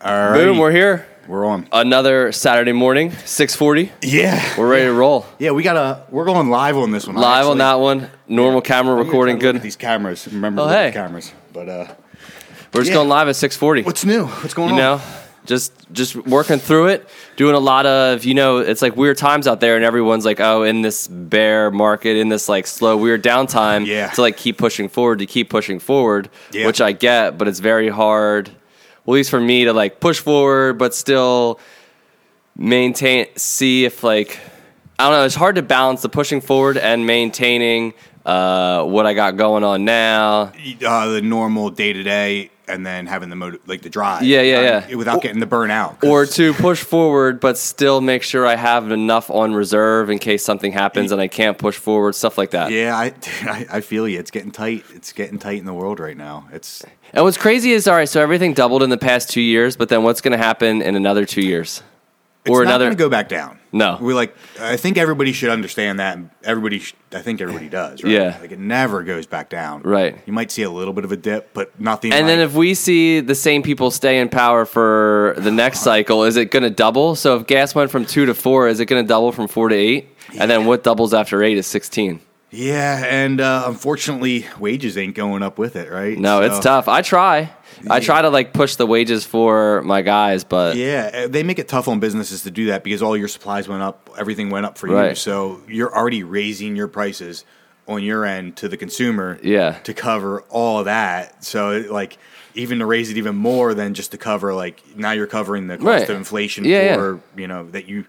All right. Boom, we're here. We're on. Another Saturday morning, 640. yeah. We're ready to roll. Yeah, we got to, we're going live on this one. I Live actually- on that one. Normal camera I'm gonna try recording, to look at good. These cameras. Remember Oh, to look at hey. the cameras. But uh, We're just yeah. going live at 640. what's new? What's going you on? know, just just working through it, doing a lot of, you know, it's like weird times out there and everyone's like, "Oh, in this bear market, in this like slow weird downtime Yeah. to like keep pushing forward, to keep pushing forward," Yeah. which I get, but it's very hard well, at least for me to like push forward but still maintain see if like I don't know, it's hard to balance the pushing forward and maintaining uh, what I got going on now. Uh, the normal day to day and then having the motive, like the drive. Yeah, yeah, Um, yeah. Without getting the burnout. 'cause- or to push forward but still make sure I have enough on reserve in case something happens and I can't push forward, stuff like that. Yeah, I, I, I feel you. It's getting tight. It's getting tight in the world right now. It's And what's crazy is all right, so everything doubled in the past two years, but then what's going to happen in another two years? it's or not another gonna go back down. No. we like. I think everybody should understand that. and Everybody, sh- I think everybody does. Right? Yeah. like it never goes back down. Right. You might see a little bit of a dip, but nothing. And like, then if we see the same people stay in power for the next cycle, is it going to double? So if gas went from two to four, is it going to double from four to eight? And then what doubles after eight is 16. yeah, and uh, unfortunately, wages ain't going up with it. Right. No, So, it's tough. I try. I try to like push the wages for my guys, but Yeah, uh, they make it tough on businesses to do that because all your supplies went up, everything went up for you. Right. So you're already raising your prices on your end to the consumer. Yeah. to cover all of that. So it, like even to raise it even more than just to cover like now you're covering the cost Right. of inflation Yeah, for you know that you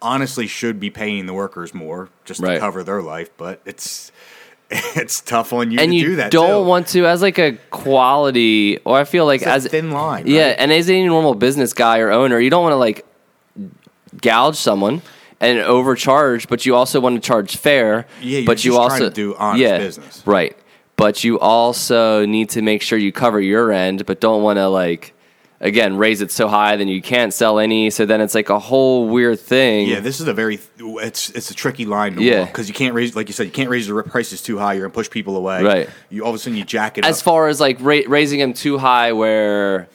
honestly should be paying the workers more just Right. to cover their life, but it's it's tough on you and to you do that. don't too. want to as like a quality or i feel like It's a as thin line. yeah right? and as any normal business guy or owner you don't want to like gouge someone and overcharge but you also want to charge fair Yeah, you're but you just also trying to do honest business. right but you also need to make sure you cover your end but don't want to like again raise it so high then you can't sell any so then it's like a whole weird thing Yeah, this is a very it's it's a tricky line to Yeah. because you can't raise like you said you can't raise the prices too high. You're gonna push people away. Right. You all of a sudden you jack it as up. far as like ra- raising them too high where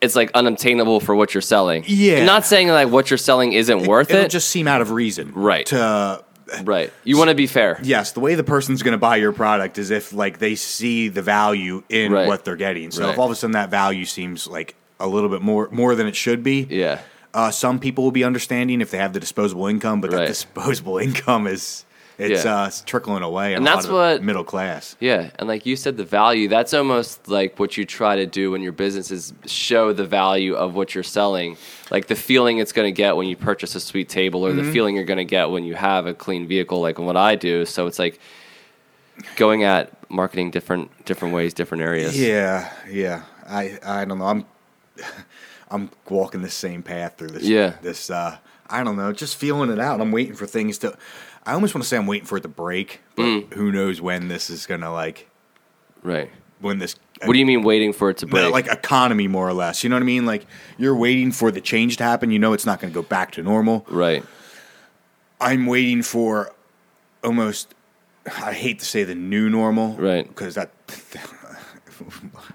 it's like unobtainable for what you're selling. Yeah. Not saying like what you're selling isn't worth It'll it. just seem out of reason. Right. To right. You want to be fair. yes, the way the person's going to buy your product is if like they see the value in Right. what they're getting. So Right. if all of a sudden that value seems like a little bit more more than it should be, Yeah. Uh, some people will be understanding if they have the disposable income, but Right. that disposable income is it's Yeah. uh, it's trickling away, in And a that's lot of what- middle class. Yeah. And like you said, the value, that's almost like what you try to do when your business is show the value of what you're selling. Like the feeling it's going to get when you purchase a sweet table or Mm-hmm. the feeling you're going to get when you have a clean vehicle, like what I do. So it's like going at marketing different, different ways, different areas. Yeah, yeah. I I don't know. I'm I'm walking the same path through this. Yeah. This uh, I don't know. Just feeling it out. I'm waiting for things to. I almost want to say I'm waiting for it to break, but Mm. who knows when this is gonna like Right. when this. uh, What do you mean waiting for it to break? the, like economy, more or less. You know what I mean? Like you're waiting for the change to happen. You know it's not going to go back to normal. right. I'm waiting for almost. I hate to say the new normal, Right. Because that,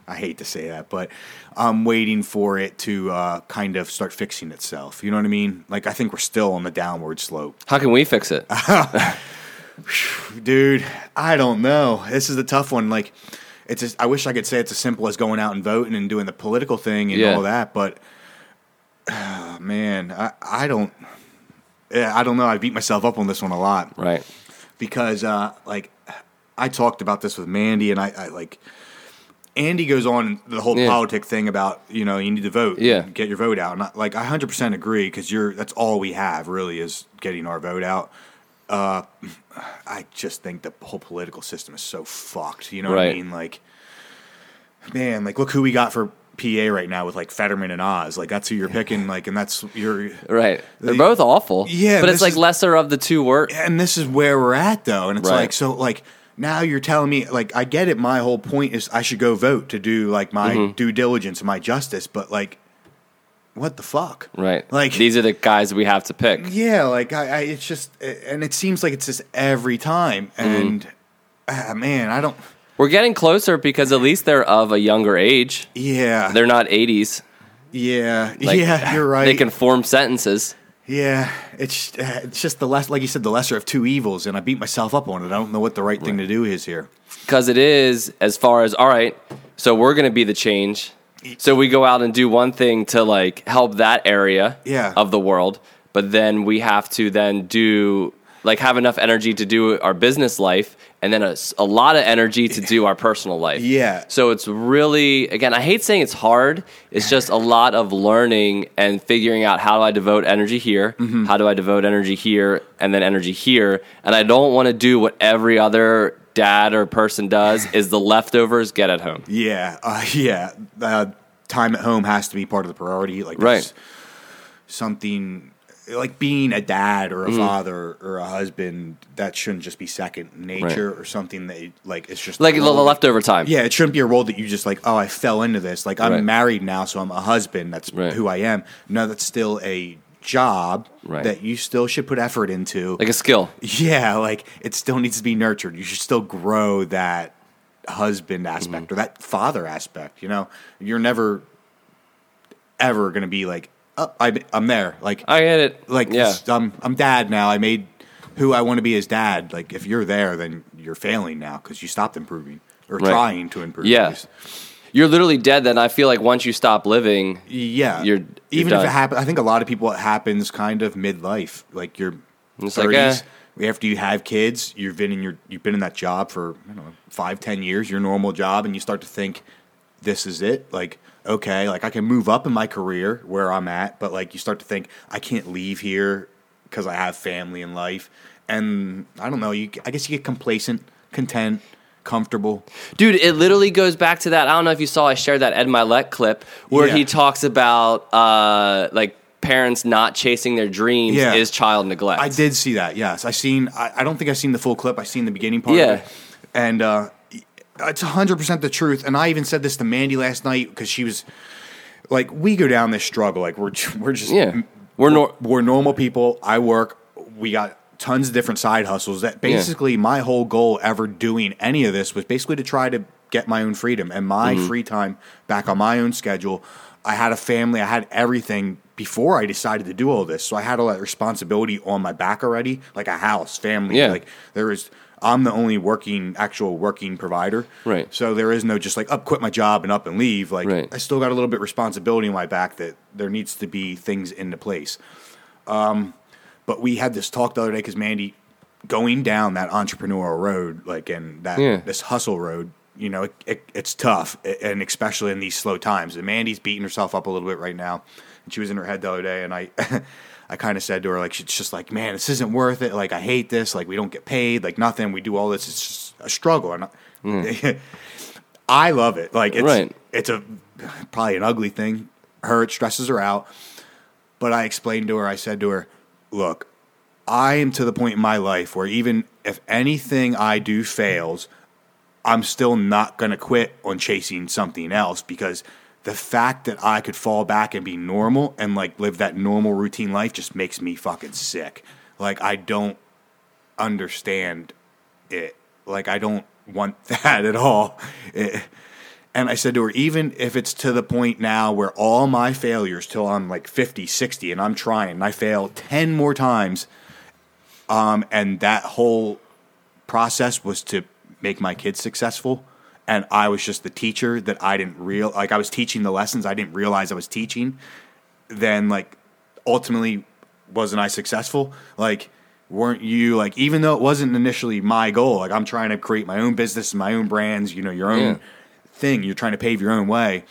I hate to say that, but I'm waiting for it to uh, kind of start fixing itself. You know what I mean? Like I think we're still on the downward slope, How can we fix it? dude. I don't know. This is the tough one. Like it's. Just, I wish I could say it's as simple as going out and voting and doing the political thing and Yeah. all that, but ah, man, I I don't. Yeah, I don't know. I beat myself up on this one a lot. right. because uh, like I talked about this with Mandy, and I, I like Andy goes on the whole Yeah. politic thing about you know you need to vote, Yeah. get your vote out, and I, like I hundred percent agree because you're that's all we have really is getting our vote out. Uh, I just think the whole political system is so fucked. You know what I Right. mean? Like, man, like look who we got for. PA right now with like Fetterman and Oz, like that's who you're picking, like, and that's your Right. They're The- both awful. Yeah, But this it's like is- lesser of the two work. and this is where we're at though and it's Right. like so like now you're telling me like i get it my whole point is i should go vote to do like my Mm-hmm. due diligence and my justice but like what the fuck Right. like Mm. these are the guys we have to pick. yeah like I, I it's just and it seems like it's just every time Mm-hmm. and ah, man i don't We're getting closer because at least they're of a younger age. yeah They're not 80s. Yeah, Like, yeah, you're right. They can form sentences. yeah, it's uh, it's just the less, like you said, the lesser of two evils, and I beat myself up on it. I don't know what the right, thing to do is here. because it is as far as all right so we're going to be the change so we go out and do one thing to like help that area Yeah. of the world but then we have to then do like have enough energy to do our business life and then a, s- a lot of energy to do our personal life Yeah. so it's really again i hate saying it's hard it's just a lot of learning and figuring out how do i devote energy here Mm-hmm. how do i devote energy here and then energy here and i don't want to do what every other dad or person does is the leftovers get at home Yeah, uh, yeah. Uh, time at home has to be part of the priority. Like Right. there's something like being a dad or a Mm. father or a husband that shouldn't just be second nature or something that like it's just like the a role that- leftover time Yeah, it shouldn't be a role that you just like. Oh, I fell into this. Like I'm Right. married now, so I'm a husband. That's Right. who I am. No, that's still a job Right. that you still should put effort into. like a skill Yeah, like it still needs to be nurtured. You should still grow that husband Mm-hmm. aspect or that father aspect. You know, you're never ever gonna be like, oh, I'm, I'm there. Like, i get it like yeah this- I'm, I'm dad now. I made who I want to be as dad. Like, if you're there, then you're failing now because you stopped improving or Right. trying to improve. yeah you're literally dead then i feel like once you stop living yeah. You're- you're even if done. it happens, I think a lot of people it happens kind of midlife, like your It's like, uh, thirties. after you have kids, you've been in your you've been in that job for I don't know five ten years, your normal job, and you start to think this is it. Like okay, like I can move up in my career where I'm at, but like you start to think I can't leave here because I have family and life, and I don't know. You I guess you get complacent, content, comfortable. Dude, it literally goes back to that. I don't know if you saw. I shared that Ed Milet clip where Yeah. he talks about uh, like parents not chasing their dreams Yeah. is child neglect. I did see that. Yes, I seen. I, I don't think I seen the full clip. I seen the beginning part. Yeah. of it. and uh, it's hundred percent the truth. And I even said this to Mandy last night because she was like, "We go down this struggle. Like we're ju- we're just Yeah. We're nor- we're normal people. I work. We got." Tons of different side hustles. That basically my whole goal ever doing any of this was basically to try to get my own freedom and my Mm-hmm. free time back on my own schedule. I had a family. I had everything before I decided to do all this. So I had all that responsibility on my back already, like a house, family. Yeah. Like there is, I'm the only working, actual working provider. Right. So there is no just like up, quit my job and up and leave. Like Right. I still got a little bit responsibility on my back that there needs to be things into place. But we had this talk the other day because Mandy, going down that entrepreneurial road, like and that Yeah. this hustle road, you know, it, it, it's tough, a- and especially in these slow times. And Mandy's beating herself up a little bit right now, and she was in her head the other day, and I. I kind of said to her, like, she's just like, man, this isn't worth it. Like, I hate this. Like, we don't get paid. Like, nothing. We do all this. It's just a struggle. And I, I love it. Like, it's, Mm. Right. it's a probably an ugly thing. Her, it stresses her out. But I explained to her, I said to her, look, I am to the point in my life where even if anything I do fails, I'm still not going to quit on chasing something else because the fact that I could fall back and be normal and like live that normal routine life just makes me fucking sick. Like, I don't understand it. Like, I don't want that at all. It- and I said to her, even if it's to the point now where all my failures till I'm like 50, 60, and I'm trying and I fail 10 more times, um, and that whole process was to make my kids successful. And I was just the teacher that I didn't real like I was teaching the lessons I didn't realize I was teaching. Then like ultimately wasn't I successful? Like weren't you like even though it wasn't initially my goal, like I'm trying to create my own business, my own brands, you know, your own Yeah. thing, you're trying to pave your own way.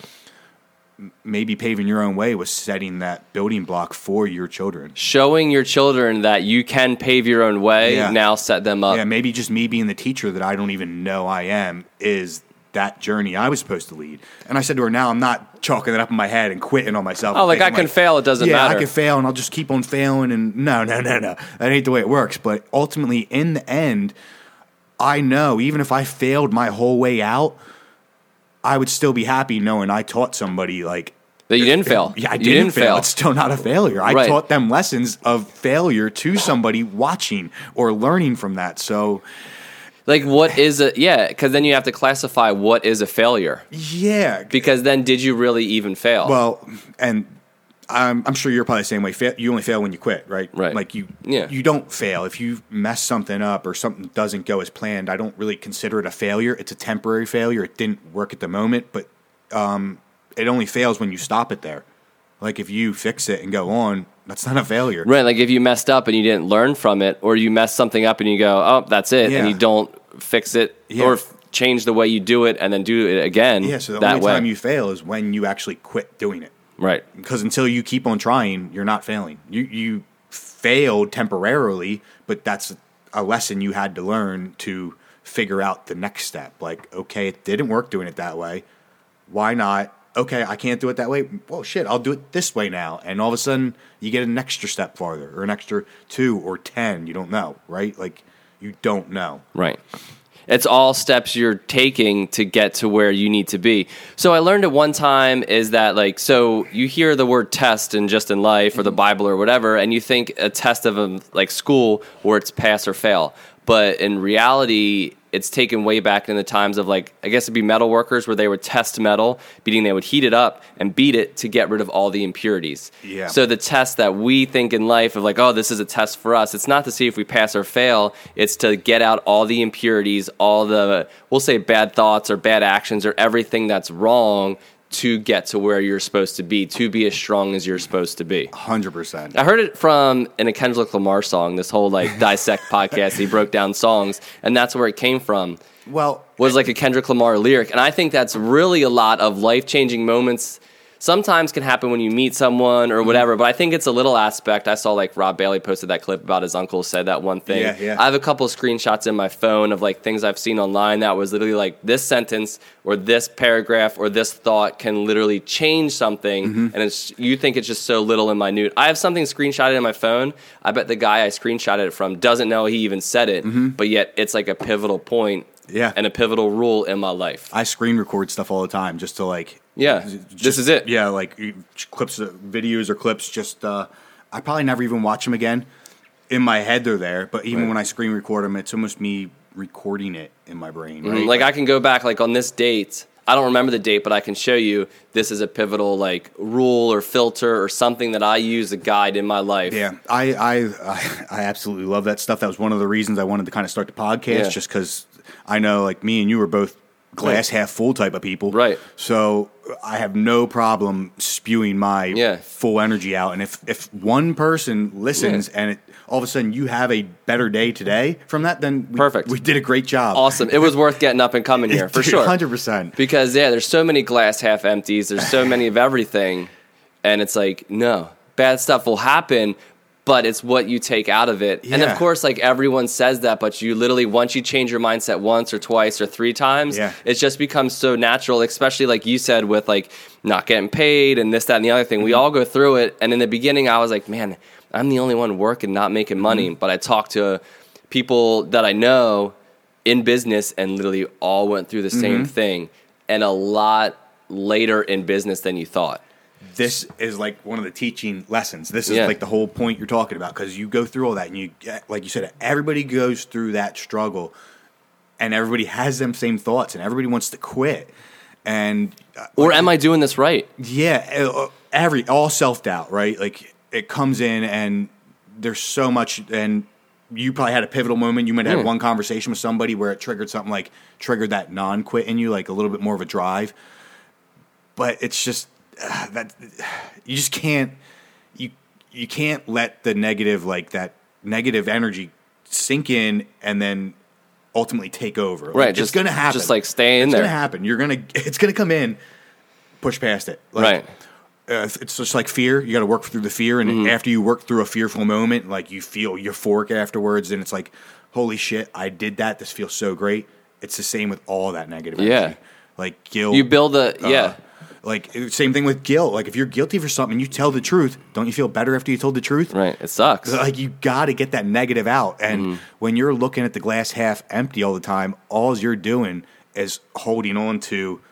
M- Maybe paving your own way was setting that building block for your children. Showing your children that you can pave your own way Yeah. now set them up. yeah, maybe just me being the teacher that I don't even know I am is that journey I was supposed to lead. And I said to her, now I'm not chalking it up in my head and quitting on myself. Oh, like, Thinking, I can fail, it doesn't yeah, matter. I can fail and I'll just keep on failing. And no, no, no, no. That ain't the way it works. But ultimately, in the end, I know even if I failed my whole way out, I would still be happy knowing I taught somebody like that you didn't fail. yeah, I You didn't, fail. It's still not a failure. I Right. taught them lessons of failure to somebody watching or learning from that. So Like, what is a yeah? Because then you have to classify what is a failure. Yeah. Because then, did you really even fail? Well, and I'm, I'm sure you're probably the same way. Fail, you only fail when you quit, right? Right. Like you, Yeah. you don't fail if you mess something up or something doesn't go as planned. I don't really consider it a failure. It's a temporary failure. It didn't work at the moment, but um, it only fails when you stop it there. Like if you fix it and go on, that's not a failure. right. Like, if you messed up and you didn't learn from it, or you mess something up and you go, "Oh, that's it," and Yeah. you don't fix it Yeah. or f- change the way you do it and then do it again. Yeah. So the that only way, time you fail is when you actually quit doing it. right? because until you keep on trying, you're not failing. You you failed temporarily, but that's a lesson you had to learn to figure out the next step. Like, okay, it didn't work doing it that way. Why not? Okay, I can't do it that way. Well, shit, I'll do it this way now. And all of a sudden, you get an extra step farther, or an extra two or ten. You don't know, right? Like, you don't know. Right. It's all steps you're taking to get to where you need to be. So I learned at one time is that like so you hear the word test in just in life or the Bible or whatever, and you think a test of um like school where it's pass or fail. But in reality, it's taken way back in the times of like I guess it'd be metal workers where they would test metal, meaning they would heat it up and beat it to get rid of all the impurities. Yeah. So the test that we think in life of like, oh, this is a test for us. It's not to see if we pass or fail. It's to get out all the impurities, all the we'll say bad thoughts or bad actions or everything that's wrong to get to where you're supposed to be, to be as strong as you're supposed to be. Hundred percent. I heard it from in a Kendrick Lamar song, this whole like dissect podcast. He broke down songs, and that's where it came from Well, was like a Kendrick Lamar lyric. And I think that's really a lot of life changing moments. Sometimes can happen when you meet someone Mm-hmm. or whatever, but I think it's a little aspect. I saw like Rob Bailey posted that clip about his uncle said that one thing. Yeah, yeah. I have a couple screenshots in my phone of like things I've seen online that was literally like this sentence or this paragraph or this thought can literally change something, Mm-hmm. and it's you think it's just so little and minute. I have something screenshotted in my phone. I bet the guy I screenshotted it from doesn't know he even said it, Mm-hmm. but yet it's like a pivotal point Yeah. and a pivotal rule in my life. I screen record stuff all the time just to like Yeah, this is it. yeah like you- clips of videos or clips just uh I probably never even watch them again in my head they're there but even Right. when I screen record them it's almost me recording it in my brain right? Mm-hmm. Like I can go back like on this date. I don't remember the date, but I can show you this is a pivotal like rule or filter or something that I use a guide in my life. yeah I, I I I absolutely love that stuff that was one of the reasons I wanted to kind of start the podcast Yeah. just cuz I know like me and you were both glass half full type of people Right. so I have no problem spewing my Yeah. full energy out and if if one person listens and it all of a sudden you have a better day today from that then we, Perfect. we did a great job Awesome. It was worth getting up and coming here for sure. 100% Because yeah, there's so many glass half empties. There's so many of everything, and it's like no bad stuff will happen, but it's what you take out of it. And Yeah. of course, like everyone says that, but you literally once you change your mindset once or twice or three times, Yeah. it just becomes so natural. Especially like you said with like not getting paid and this that and the other thing. Mm-hmm. We all go through it. And in the beginning, I was like, man, I'm the only one working, not Mm-hmm. making money. But I talked to people that I know in business and literally all went through the Mm-hmm. same thing and a lot later in business than you thought. this is like one of the teaching lessons this is Yeah. like the whole point you're talking about because you go through all that and you get like you said everybody goes through that struggle and everybody has them same thoughts and everybody wants to quit and uh, Or am I doing this right? Yeah, uh, every all self doubt, right? Like it comes in, and there's so much, and you probably had a pivotal moment. You might have Yeah. had one conversation with somebody where it triggered something like triggered that non quit in you, like a little bit more of a drive. But it's just uh, that you just can't you you can't let the negative like that negative energy sink in and then ultimately take over. Like, Right, it's just- gonna happen. just, like, stay in it's there. gonna happen. You're gonna it's gonna come in. Push past it. Like, Right. uh, it's just like fear. You got to work through the fear, and Mm-hmm. after you work through a fearful moment, like you feel euphoric afterwards, and it's like, holy shit, I did that. This feels so great. It's the same with all that negative. Yeah. energy. like guilt. You build a uh, yeah. Like it- same thing with guilt. Like if you're guilty for something, you tell the truth. Don't you feel better after you told the truth? Right. It sucks. Like you got to get that negative out. And Mm-hmm. when you're looking at the glass half empty all the time, all you're doing is holding on to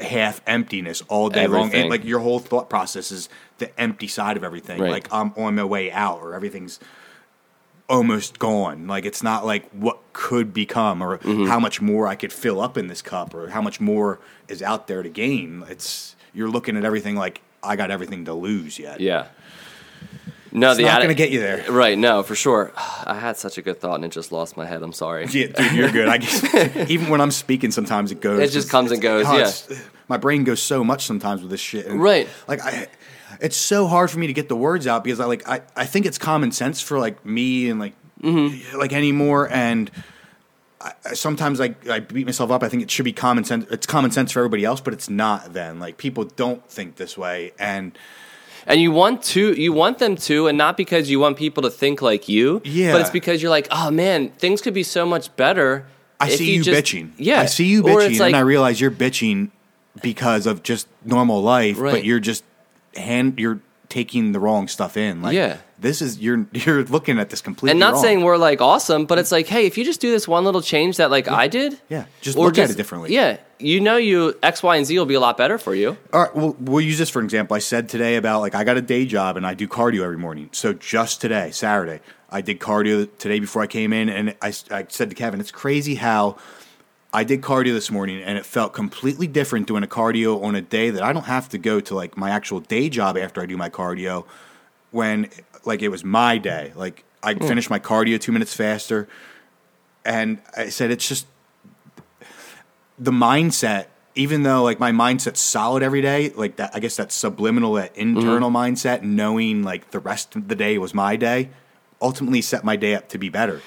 half emptiness all day long. Everything. And like your whole thought process is the empty side of everything. Right. Like I'm on my way out, or everything's almost gone. Like it's not like what could become or Mm-hmm. how much more I could fill up in this cup or how much more is out there to gain. It's you're looking at everything like I got everything to lose yet. Yeah. No, It's the not atti- gonna get you there. Right, no, for sure. I had such a good thought and it just lost my head. I'm sorry. Yeah, dude, you're good. I guess, even when I'm speaking, sometimes it goes. oh, It just comes and goes, yeah. it's- my brain goes so much sometimes with this shit. and, Right. Like I, it's so hard for me to get the words out because I like I, I think it's common sense for like me and like Mm-hmm. like anymore and. I, I- sometimes I, I beat myself up. I think it should be common sense. It's common sense for everybody else, but it's not. Then like people don't think this way, and And you want to, you want them to, and not because you want people to think like you. Yeah. But it's because you're like, oh man, things could be so much better. I if see you, just-" bitching. Yeah. I see you Or bitching, it's like, and I realize you're bitching because of just normal life, Right. but you're just hand you're taking the wrong stuff in. Like, Yeah. this is you're you're looking at this completely. and not wrong. saying we're like awesome, but it's like, hey, if you just do this one little change that like I did, Yeah, just or look at it differently. Yeah, you know, you X, Y, and Z will be a lot better for you. All right, well, we'll use this for an example. I said today about like I got a day job and I do cardio every morning. So just today, Saturday, I did cardio today before I came in, and I, I said to Kevin, it's crazy how I did cardio this morning and it felt completely different doing a cardio on a day that I don't have to go to like my actual day job after I do my cardio. When like it was my day, like I Hmm. finished my cardio two minutes faster, and I said it's just the mindset even though like my mindset's solid every day like that i guess that subliminal that Hmm. internal mindset knowing like the rest of the day was my day ultimately set my day up to be better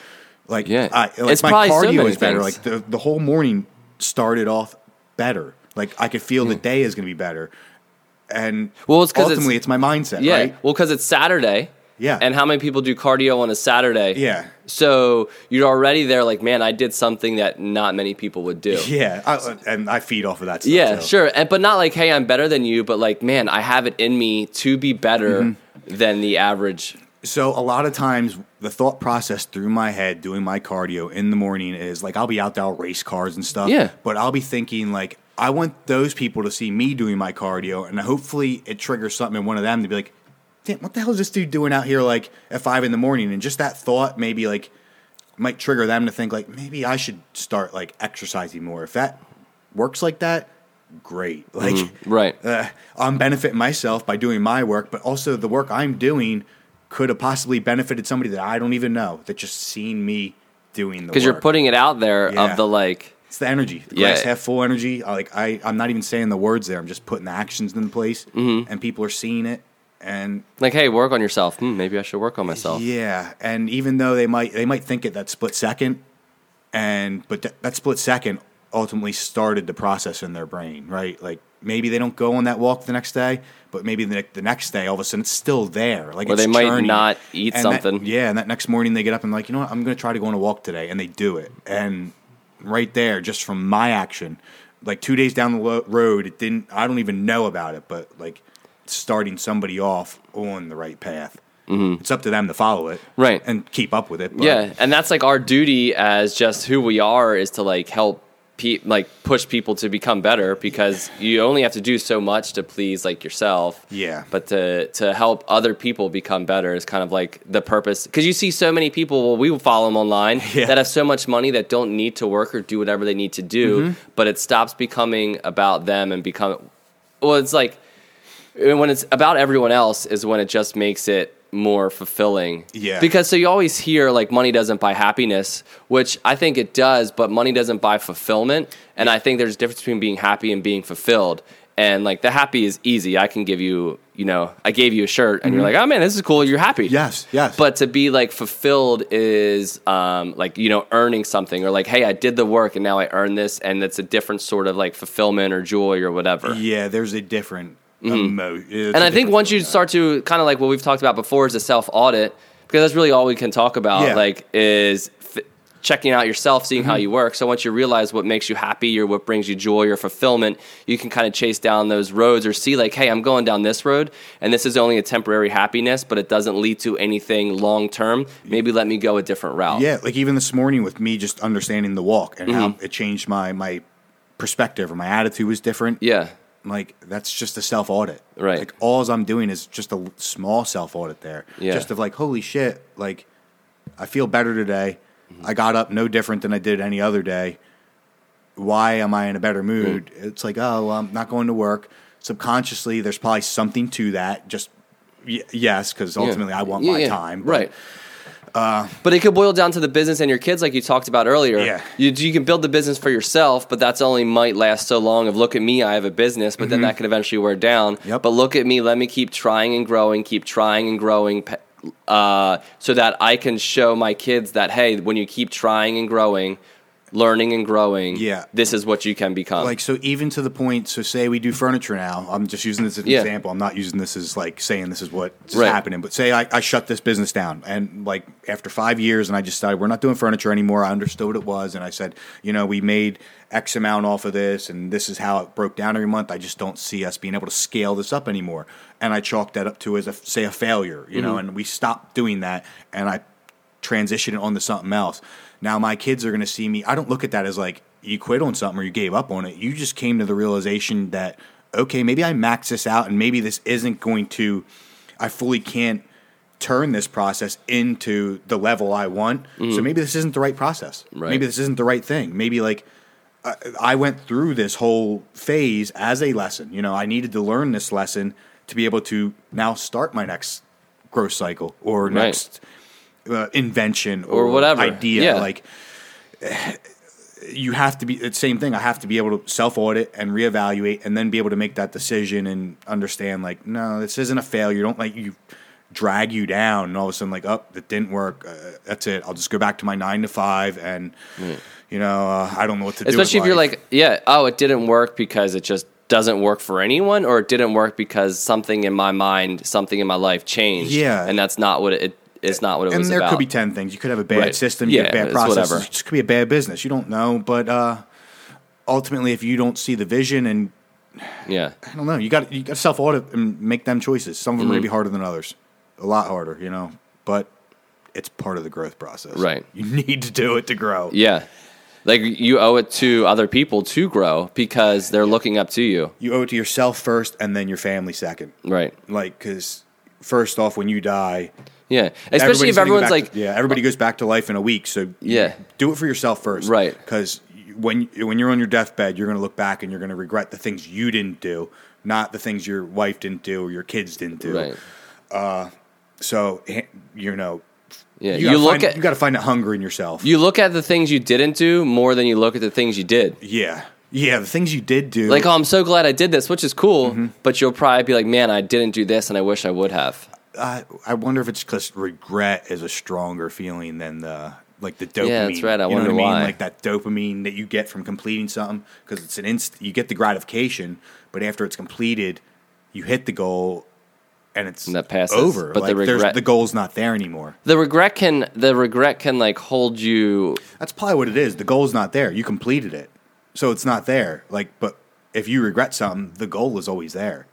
like Yeah. I, like It's my probably so cardio many is better things. like the, the whole morning started off better like i could feel the day is going to be better and Hmm. Well, it's 'cause it's- ultimately it's, my mindset Yeah. right Well, because it's Saturday. Yeah. And how many people do cardio on a Saturday? Yeah. So you're already there, like, man, I did something that not many people would do. yeah I, and i feed off of that stuff Yeah, too. sure. And but not like, hey, I'm better than you, but like, man, I have it in me to be better Mm-hmm. than the average. so a lot of times the thought process through my head doing my cardio in the morning is like I'll be out there I'll race cars and stuff. Yeah. But I'll be thinking like I want those people to see me doing my cardio and hopefully it triggers something in one of them to be like, damn, what the hell is this dude doing out here like at five in the morning? And just that thought maybe like might trigger them to think like maybe I should start like exercising more. If that works like that, great. Like Right. uh, I'm benefiting myself by doing my work, but also the work I'm doing could have possibly benefited somebody that I don't even know that just seen me doing the Because you're work. putting it out there Yeah. of the like it's the energy, the Yeah. glass half full energy. I, like I, I'm not even saying the words there. I'm just putting the actions in place, Mm-hmm. and people are seeing it. And like, hey, work on yourself. Hmm, maybe I should work on myself. yeah, and even though they might they might think it that split second, and but that that split second ultimately started the process in their brain, right? Like maybe they don't go on that walk the next day, but maybe the, ne- the next day all of a sudden it's still there. Like Or it's they might churning. not eat And that- something. yeah, and that next morning they get up and like you know what I'm going to try to go on a walk today, and they do it, and right there just from my action, like two days down the lo- road, it didn't. I don't even know about it, but like starting somebody off on the right path. It's up to them to follow it, Right. and keep up with it. but- Yeah, and that's like our duty as just who we are is to like help pe- like push people to become better because you only have to do so much to please like yourself. Yeah. But to to help other people become better is kind of like the purpose cuz you see so many people well we follow them online Yeah. that have so much money that don't need to work or do whatever they need to do, Mm-hmm. but it stops becoming about them and become well it's like when it's about everyone else is when it just makes it more fulfilling. Yeah. Because so you always hear like money doesn't buy happiness, which I think it does, but money doesn't buy fulfillment. And I think there's a difference between being happy and being fulfilled. And like the happy is easy. I can give you, you know, I gave you a shirt and you're like, oh man, this is cool. You're happy. Yes, yes. But to be like fulfilled is um, like, you know, earning something or like, hey, I did the work and now I earn this. And it's a different sort of like fulfillment or joy or whatever. yeah, there's a different emotion. Mm-hmm. And I think once you start to kind of like what we've talked about before is a self audit, because that's really all we can talk about. Yeah. Mm-hmm. Like is f- checking out yourself, seeing how you work. So once you realize what makes you happy or what brings you joy or fulfillment, you can kind of chase down those roads or see like, hey, I'm going down this road, and this is only a temporary happiness, but it doesn't lead to anything long term. Maybe let me go a different route. Yeah, like even this morning with me just understanding the walk and how Mm-hmm. it changed my my perspective or my attitude was different. Yeah. Like that's just a self audit. Right. Like all I'm doing is just a l- small self audit there. Yeah. Just of like, holy shit, like I feel better today. Mm-hmm. I got up no different than I did any other day. Why am I in a better mood? Mm. It's like, oh, well, I'm not going to work. Subconsciously, there's probably something to that. Just y- yes, because Yeah. ultimately I want Yeah, my yeah. time. but- uh, right. but it could boil down to the business and your kids, like you talked about earlier. Yeah. You, you can build the business for yourself, but that's only might last so long. Of look at me, I have a business, but then that could eventually wear down. Mm-hmm. Yep. But look at me, let me keep trying and growing, keep trying and growing, pe- uh, so that I can show my kids that hey, when you keep trying and growing, learning and growing, Yeah. this is what you can become. Like so, even to the point. So, say we do furniture now. I'm just using this as an Yeah. example. I'm not using this as like saying this is what's Right. happening. But say I, I shut this business down, and like after five years, and I just decided we're not doing furniture anymore. I understood what it was, and I said, you know, we made X amount off of this, and this is how it broke down every month. I just don't see us being able to scale this up anymore. And I chalked that up to as a say a failure, you Mm-hmm. know. And we stopped doing that, and I transition it onto something else. Now my kids are going to see me. I don't look at that as like you quit on something or you gave up on it. You just came to the realization that okay, maybe I max this out and maybe this isn't going to I fully can't turn this process into the level I want. So maybe this isn't the right process. Mm. Right. Maybe this isn't the right thing. Maybe like I, I went through this whole phase as a lesson. You know, I needed to learn this lesson to be able to now start my next growth cycle or Right. next uh, invention Or whatever. idea. Yeah. Like you have to be it's same thing. I have to be able to self audit and reevaluate, and then be able to make that decision and understand like, no, this isn't a failure. Don't like you drag you down, and all of a sudden like, oh, that didn't work. Uh, that's it. I'll just go back to my nine to five, and you know, uh, I don't know what to do. with especially if you're life. like yeah oh it didn't work because it just doesn't work for anyone or it didn't work because something in my mind something in my life changed Yeah. and that's not what it it's not what it and was there about could be 10 things you could have a bad Right. system you Yeah, could have bad it's process whatever. it just could be a bad business you don't know but uh, ultimately if you don't see the vision and yeah i don't know you got you got to self audit and make them choices some of them may Mm-hmm. be harder than others a lot harder you know but it's part of the growth process Right. you need to do it to grow yeah like you owe it to other people to grow because they're looking up to you you owe it to yourself first and then your family second right like because first off when you die yeah especially everybody's gonna if go everyone's back like uh, to- yeah, everybody goes back to life in a week. So Yeah. do it for yourself first, Right. Because when when you're on your deathbed, you're going to look back and you're going to regret the things you didn't do, not the things your wife didn't do or your kids didn't do. right So h- you know, yeah you, you, look find, at you got to find that hunger in yourself. you look at the things you didn't do more than you look at the things you did yeah, yeah, the things you did do, like oh i'm so glad i did this which is cool Mm-hmm. but you'll probably be like man i didn't do this and i wish i would have I, I wonder if it's because regret is a stronger feeling than the like the dopamine. Yeah, that's right. I you know wonder what I mean? why. Like that dopamine that you get from completing something because it's an inst. You get the gratification, but after it's completed, you hit the goal, and it's And that passes. over. But the Like, there's- regret- the goal's not there anymore. the regret can the regret can like hold you That's probably what it is. The goal's not there. You completed it, so it's not there. Like, but if you regret something, the goal is always there.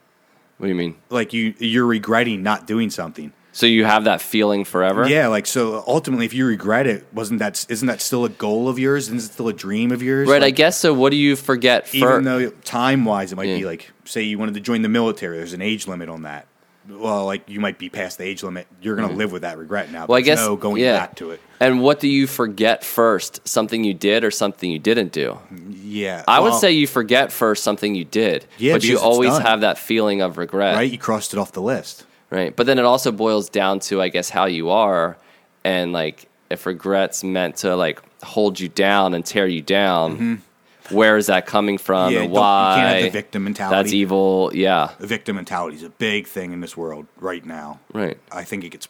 what do you mean Like you, you're regretting not doing something. so you have that feeling forever Yeah, like so. Ultimately, if you regret it, wasn't that isn't that still a goal of yours? Isn't it still a dream of yours? right i Like, guess so what do you forget Even first though time wise, it might be Yeah. like say you wanted to join the military. There's an age limit on that. Well, like you might be past the age limit. You're gonna live with that regret now. Mm-hmm. well i There's guess no going yeah. back to it. and what do you forget first something you did or something you didn't do Yeah, i would well, say you forget first something you did Yeah, but because you it's always done. have that feeling of regret right. You crossed it off the list. right but then it also boils down to i guess how you are and like if regrets meant to like hold you down and tear you down where is that coming from Mm-hmm. yeah, and don't- why you can't have the victim mentality. that's e evil yeah The victim mentality is a big thing in this world right now. Right. I think it gets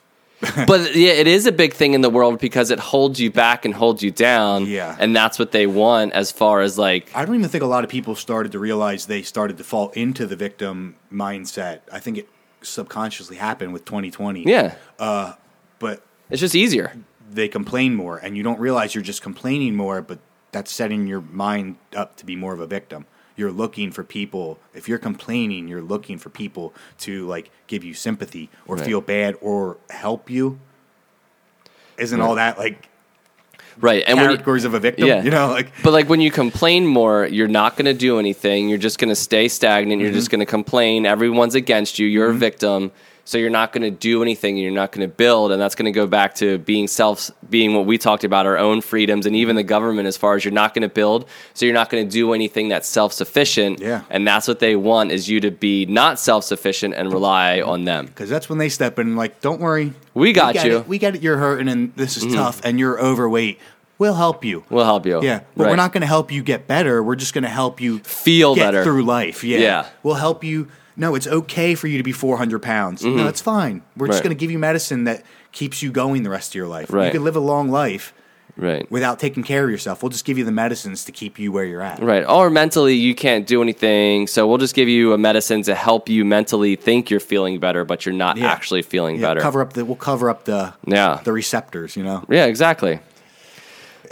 but yeah, it is a big thing in the world because it holds you back and holds you down. Yeah. And that's what they want as far as like I don't even think a lot of people started to realize they started to fall into the victim mindset. I think it subconsciously happened with 2020. yeah. But It's just easier. they complain more, and you don't realize you're just complaining more, but that's setting your mind up to be more of a victim. You're looking for people. If you're complaining, you're looking for people to like give you sympathy or Right. feel bad or help you. Isn't all that like Right. And when you- categories of a victim? yeah. You know, like but like when you complain more, you're not going to do Mm-hmm. anything. You're just going to stay stagnant. You're just going to complain. Everyone's against you. You're a victim. So you're not going to do anything, and you're not going to build, and that's going to go back to being self, being what we talked about, our own freedoms, and even the government. As far as you're not going to build, so you're not going to do anything that's self sufficient. Yeah. and that's what they want is you to be not self sufficient and rely Mm-hmm. on them. Because that's when they step in, like, don't worry. We got get you." Mm-hmm. it. We get it. You're hurting and this is tough and you're overweight. We'll help you. We'll help you. Yeah. But we're Right. not going to help you get better. We're just going to help you Feel get better. through life. Yeah. Yeah. We'll help you. No, it's okay for you to be 400 pounds. No, it's fine. We're just Mm-hmm. Right. going to give you medicine that keeps you going the rest of your life. You Right. can live a long life right. without taking care of yourself. We'll just give you the medicines to keep you where you're at. Right. Or mentally, you can't do anything. So we'll just give you a medicine to help you mentally think you're feeling better, but you're not Yeah. actually feeling Yeah, better. Cover up the, we'll cover up the, Yeah. the receptors, you know? yeah, exactly.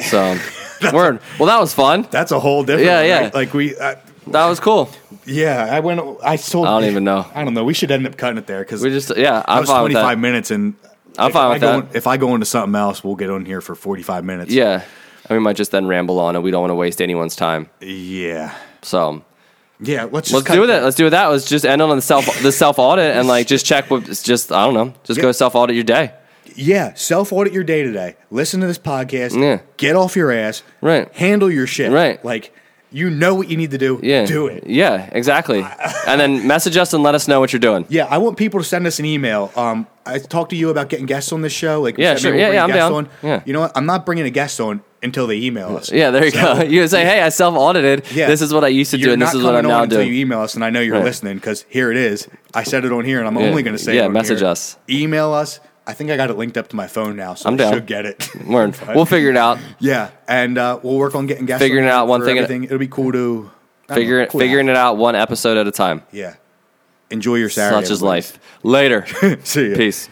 So, word. Well, that was fun. That's a whole different. Yeah, yeah. right? Like we, uh, That was cool. Yeah, I went. I sold. I don't even know. I don't know. We should end up cutting it there because We that just, yeah, I'm was fine with twenty that. five minutes, and I'm if fine I with go- that. If I go into something else, we'll get on here for forty five minutes. Yeah. And we might just then ramble on and we don't want to waste anyone's time. yeah, So yeah. Let's just let's cut do it. that. Let's do that. Let's just end on the self the self audit and like just check what it's just I don't know. Just Yeah. go self audit your day. Yeah, self audit your day to day. Listen to this podcast. Yeah. get off your ass. Right. handle your shit. Right. like you know what you need to do. Yeah. do it. Yeah, exactly. and then message us and let us know what you're doing. Yeah, I want people to send us an email. Um, I talked to you about getting guests on this show. Like, we Yeah, said sure. maybe we'll Yeah, bring yeah, I'm guests on. down. Yeah. You know what? I'm not bringing a guest on until they email us. Yeah, there you go. You would say, "Hey, I self audited. Yeah. This is what I used to do, You're and this not is what I'm coming on now until doing." You email us, and I know you're Right. listening because here it is. I said it on here, and I'm only going to say it yeah, on message here. us. email us. I think I got it linked up to my phone now, so i I'm down. should get it. Word. We'll figure it out. yeah, and uh, we'll work on getting guests. Figuring on out one for thing at- Everything. It'll be cool to I don't Figure know, it, cool figuring it out one episode at a time. Yeah, enjoy your Saturday. Such is everybody. life. Later. See ya. Peace.